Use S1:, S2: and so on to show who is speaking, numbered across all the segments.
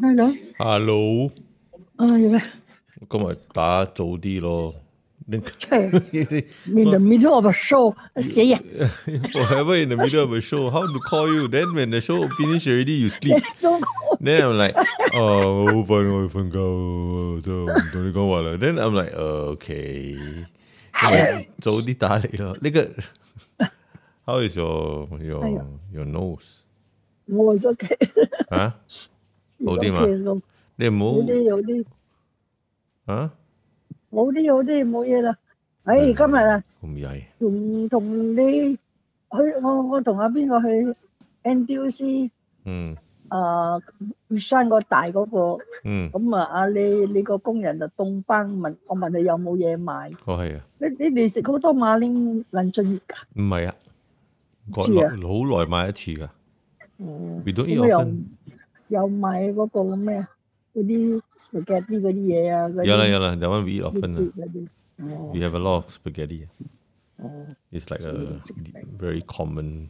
S1: Hello，
S2: Hello，
S1: 啊，做咩？
S2: 今日打早啲 咯。你
S1: Hey,
S2: 你
S1: in the middle of a show，斜 À, dạ, 眼
S2: forever in the middle of a show, how to call you? Then when the show finish already, you sleep.
S1: 都
S2: Then I'm like, "Oh, 啊，我好瞓，我要瞓覺，都唔同你講話啦。Then I'm like, o k 早啲打你咯。 呢個 How is your your
S1: 哎呀
S2: your nose？
S1: 我係 OK，
S2: 啊，好啲嘛
S1: 嘛？
S2: 你
S1: 好
S2: 唔
S1: 啲有啲，
S2: 好啊，
S1: 好啲有啲冇嘢啦。唉，今日啊，
S2: 咁曳。
S1: 同同你去我我同阿邊個去 NDC
S2: 嗯
S1: 啊越山個大嗰個，
S2: 嗯，
S1: 咁啊啊你你個工人就凍班問我問你有冇嘢賣？
S2: 我係啊，
S1: 你你哋食好多馬鈴林俊葉㗎？
S2: 唔係啊，國
S1: 知
S2: 內
S1: 啊
S2: 好耐買一次㗎。
S1: 嗯。
S2: We don't eat
S1: 咁啊
S2: often.
S1: 又又買嗰個咁咩嗰啲 spaghetti ờ, 嗰啲嘢啊，嗰啲
S2: 有啦有啦，that one we eat often 啊。
S1: 嗰啲。哦
S2: We have a lot of spaghetti.
S1: 哦
S2: It's like a
S1: So-
S2: very common.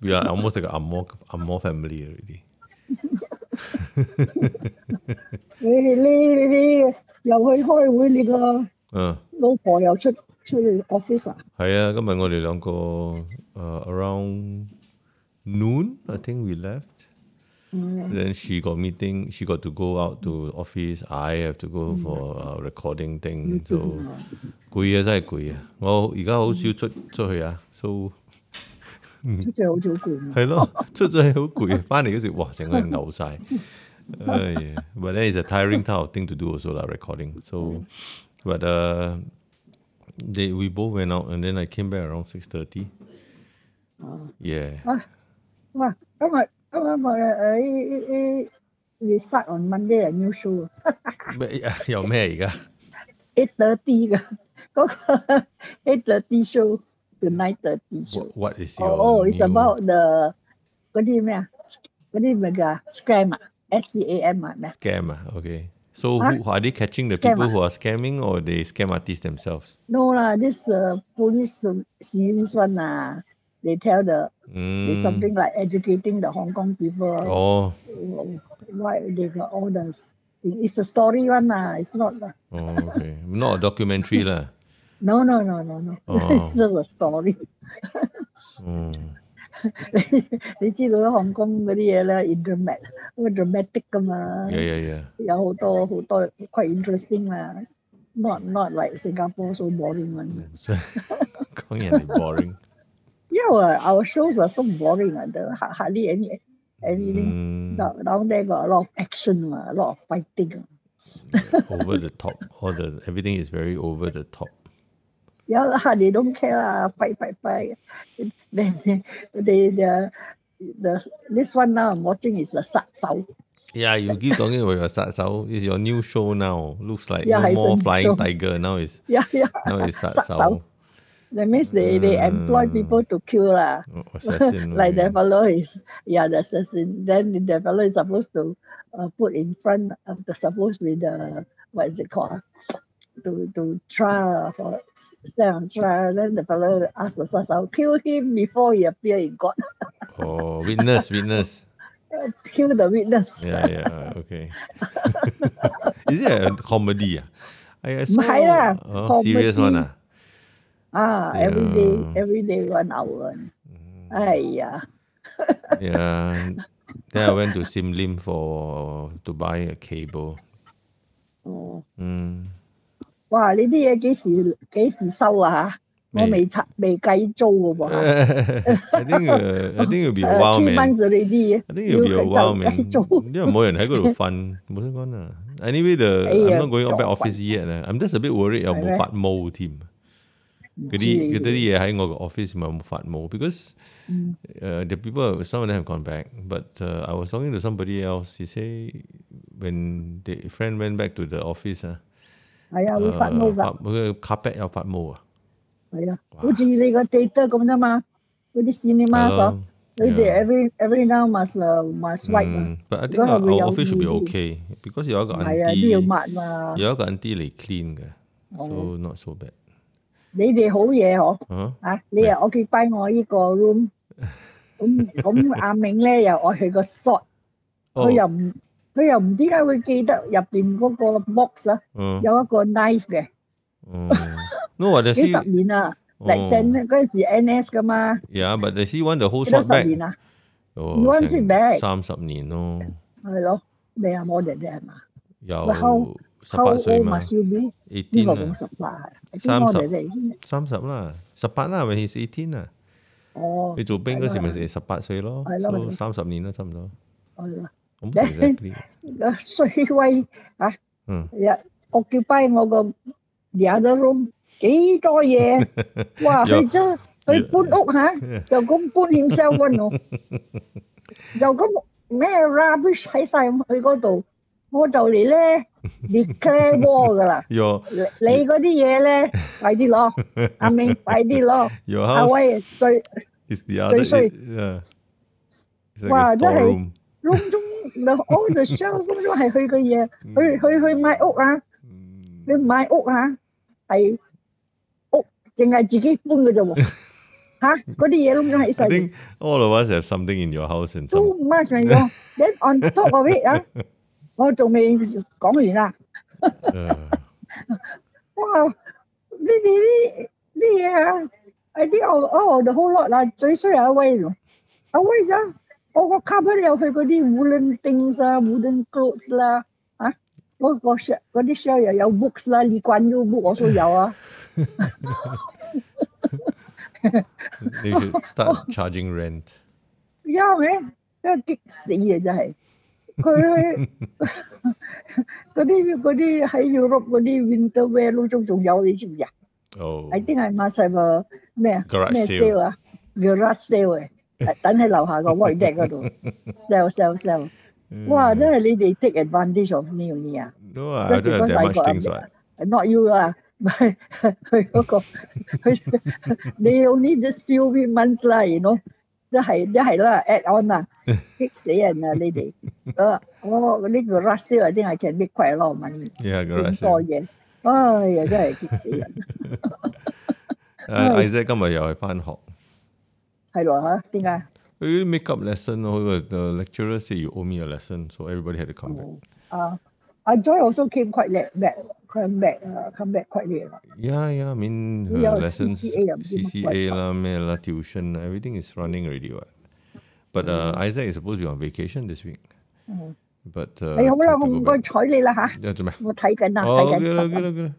S2: We are almost like a Amor Amor family already.
S1: 你你你又去開會，你個
S2: 嗯，
S1: 老婆又出出去 office à? 啊？
S2: 係啊，今日我哋兩個誒 around noon, I think we left.
S1: 嗯，
S2: Then she got meeting. She got to go out to office. I have to go
S1: Mm.
S2: for a recording thing. So 攰啊，真係攰啊！我而家好少出出去啊，so
S1: 出去好早攰啊。
S2: 係 咯，出咗去好攰啊！翻嚟嗰時，哇，成個人嘔晒。哎呀，but then it's a tiring type of thing to do also 啦，recording。So but uh, they we both went out and then I came back around six thirty.
S1: 哦
S2: Yeah，
S1: 哇！今日今日我誒誒誒你 start on Monday 啊，new show 啊
S2: 咩 有咩而家？
S1: ，eight thirty 嘅 嗰個 eight thirty show to nine thirty show。
S2: What- What is your
S1: Oh, oh, it's
S2: new-
S1: about the 嗰啲咩啊？嗰啲咩噶 à? scam 啊？S C A M à? 啊咩？
S2: Scam, ah, okay. So
S1: Huh?
S2: who, are they catching the
S1: Scam,
S2: people
S1: ah?
S2: who are scamming or they scam artists themselves?
S1: No 啦，this uh, police series one 啊，they tell the they
S2: Mm.
S1: something like educating the Hong Kong people
S2: Oh,
S1: why they got all the it's a story one 啊，it's not
S2: oh, okay. Not a documentary lah.
S1: no no no no no
S2: Oh.
S1: it's just a story。
S2: Oh.
S1: 你知道啦，香港嗰啲嘢咧 i n d r a m a t 咁 uh, dramatic 噶嘛。
S2: Yeah, yeah, yeah.
S1: 有好多好多 quite interesting 啦，not not like 新加坡 so boring 啦。
S2: So, 講人哋 boring.
S1: Yeah, well, our shows are so boring 啊，the hardly any anything.
S2: Mm,
S1: Down down there got a lot of action 啊，a lot of fighting 啊。
S2: over the top. All the everything is very over the top.
S1: Yeah, lah, they don't care 啦，fight fight fight. Then they they- the the this one now I'm watching is the 殺手。
S2: Yeah, you keep talking about your Satsao. It's your new show now. Looks like
S1: Yeah,
S2: no
S1: it's a
S2: more
S1: new
S2: Flying
S1: show.
S2: Tiger. Now it's
S1: Yeah, yeah.
S2: now it's Satsao.
S1: Satsao. That means they they employ people to kill 啦。
S2: Oh, assassin.
S1: like
S2: okay.
S1: that fellow is yeah the assassin then the fellow is supposed to uh, put in front of the supposed with the what is it called ah? to to try for stand on trial then the fellow asked the sasao kill him before he appear in court
S2: Oh, witness, witness.
S1: kill the witness
S2: Yeah, yeah, okay. Is it a comedy? ah? I, I saw
S1: Mahaya,
S2: oh, serious one.
S1: comedy. ah
S2: ah.
S1: every day
S2: Yeah.
S1: every day one hour
S2: Mm,
S1: yeah
S2: Yeah. Then I went to Sim Lim for to buy a cable.
S1: oh.
S2: Mm.
S1: 哇！呢啲嘢幾時幾時收啊？我
S2: 未
S1: 未拆未計租嘅
S2: Ờ,
S1: 喎
S2: I think uh, I think it'll be
S1: 誒
S2: a while,
S1: three
S2: man.
S1: months already，
S2: I think it'll be a while,
S1: 要計
S2: man.
S1: 租。
S2: 因為冇人喺嗰度瞓，冇得講啊。Anyway, the I'm
S1: 哎呀，
S2: not going
S1: 作
S2: back
S1: 弊。
S2: office yet. ah. I'm just a bit worried
S1: 係咩？
S2: 有冇發毛添。嗰啲嗰啲嘢喺我個 office 咪冇發冇，because
S1: 嗯
S2: 誒 the people some of them have gone back, but uh, I was talking to somebody else. He say when the friend went back to the office uh, 啊，
S1: 係
S2: Ờ,
S1: 啊，會發毛
S2: 誒發
S1: 㗎，
S2: 佢個 uh, carpet 有發毛啊，
S1: 係啊，
S2: 哇
S1: 好似你個 data 咁啫嘛，嗰啲 cinema 所，
S2: 咯，
S1: 你哋
S2: Ờ, yeah Ừ,
S1: every every now must uh, must wipe 啊，
S2: 嗯，but Mm, I
S1: 如
S2: think
S1: 果
S2: our
S1: 係會
S2: our
S1: 有
S2: office should be
S1: 污
S2: okay because 有一個
S1: 唔係啊，都要
S2: auntie
S1: 抹嘛。
S2: 有一個 auntie 嚟 clean 嘅
S1: 哦 Oh.
S2: ，so not so bad
S1: 你哋好嘢嗬，
S2: 啊，
S1: 啊，你又 À, occupy 我呢個 à, room，咁咁阿明咧又愛佢個 shot，
S2: 哦
S1: 佢又唔佢又唔知點解會記得入邊嗰個 box 啊，
S2: 嗯
S1: 有一個 knife 嘅，
S2: 嗯 Oh, no ah, does
S1: 幾
S2: he
S1: 十年啦。嚟
S2: oh,
S1: 陣嗰陣時 NS 噶嘛，
S2: yeah but does he want the whole
S1: 幾多
S2: sword
S1: 十
S2: back Oh,
S1: 年啊？
S2: 哦，
S1: You want
S2: 成
S1: it back？
S2: 30年咯，
S1: 係咯，你又冇人哋係嘛？
S2: 有
S1: But how-
S2: 18
S1: How old
S2: 歲嘛，
S1: must you be？呢
S2: 18
S1: 個
S2: 啦，
S1: 五十八，
S2: 啊三
S1: 啲
S2: 十
S1: 我哋哋已經
S2: 30啦，18啦，when he's Eh, 18
S1: 哦，
S2: 啦。佢做兵嗰時咪
S1: 係咯，係咯。
S2: 18歲咯，
S1: 係咯，
S2: so
S1: 係咯。
S2: 30年啦，差唔多。
S1: 係啦，
S2: Almost
S1: Then-
S2: exactly。
S1: 個啊衰威
S2: 嗯。
S1: 又 occupy 我個 the other room 幾多 嘢，哇！
S2: 有
S1: 佢真佢搬屋 嚇，就咁搬 himself 揾我，就咁咩 rubbish 喺晒佢嗰度，我就嚟 咧 declare war 噶啦！
S2: Your-
S1: 你你嗰啲嘢咧，快啲攞，阿 明快啲攞，
S2: your
S1: 阿
S2: house
S1: 威啊最
S2: is the other-
S1: 最衰。
S2: yeah. It's like a
S1: 哇，真係
S2: storeroom。
S1: 窿中 all the shells 窿中係佢嘅嘢，佢佢去買屋啊！
S2: 嗯。
S1: 你買屋啊，係屋淨係自己搬嘅啫喎，嚇嗰啲嘢窿咗喺
S2: I
S1: 晒，
S2: think all of us have something in your house and
S1: 都
S2: some
S1: 唔啱上咗。Then on top of it 啊，我仲未講完啊，
S2: uh,
S1: 哇！呢啲呢啲嘢啊，係啲我哦就好 lot 啊，最衰係阿威咯，阿威咋？我個 cupboard 有佢嗰啲 wooden things 啊，wooden clothes 啦，啊，嗰個 shell 嗰啲 shell 又有 books 啦，李冠優 book 我都有啊。
S2: they should
S1: Oh.
S2: start charging rent.
S1: 有嘅，真係激死啊！真係佢 嗰啲嗰啲喺 Europe 嗰啲 winter wear 都仲仲有，你知唔知啊
S2: Oh.
S1: ？I think I must have a 咩啊
S2: Garage
S1: 咩
S2: sale
S1: sale 啊，garage sale à? 嘅，等喺樓下個 void deck 嗰度 sell sell sell。哇！
S2: Hmm.
S1: 真係你哋 take advantage of me 呢啊
S2: No, I
S1: Just
S2: don't have
S1: because
S2: that
S1: I
S2: much
S1: got a
S2: things,
S1: bit-
S2: right?
S1: ，not you à? 啊，佢嗰個佢你 only just few months 啦，you know。一係一係啦，add on à? 啊，激死人啊！你哋，啊，我呢個 rush oh, sale 啲係 can make quite a lot of money，咁
S2: Yeah, garage sale.
S1: 多嘢，哎呀真係激死人，
S2: 啊
S1: 係
S2: uh, ，Isaac 今日又係翻學，
S1: 係咯嚇，點解？
S2: 佢啲 make up lesson 咯，佢個 lecturer said you owe me a lesson, so everybody had to come
S1: Oh.
S2: back.
S1: 啊，阿 Joy also came quite late back，come back 啊，come back quite late 啦，
S2: Yeah, yeah, I mean
S1: 佢有
S2: uh, lessons,
S1: CCA 又唔知乜鬼
S2: CCA 啦咩啦，tuition 啦，everything is running already what. But
S1: Mm.
S2: uh, Isaac is supposed to be on vacation this week.
S1: 嗯
S2: But uh,
S1: 哎呀好啦，
S2: have to
S1: 我
S2: go
S1: 唔該
S2: back.
S1: 睬你啦嚇，
S2: Yeah, Oh, 做咩？
S1: 我睇緊啊，
S2: 哦
S1: 睇
S2: ，OK 啦
S1: 緊
S2: ，OK 啦，OK 啦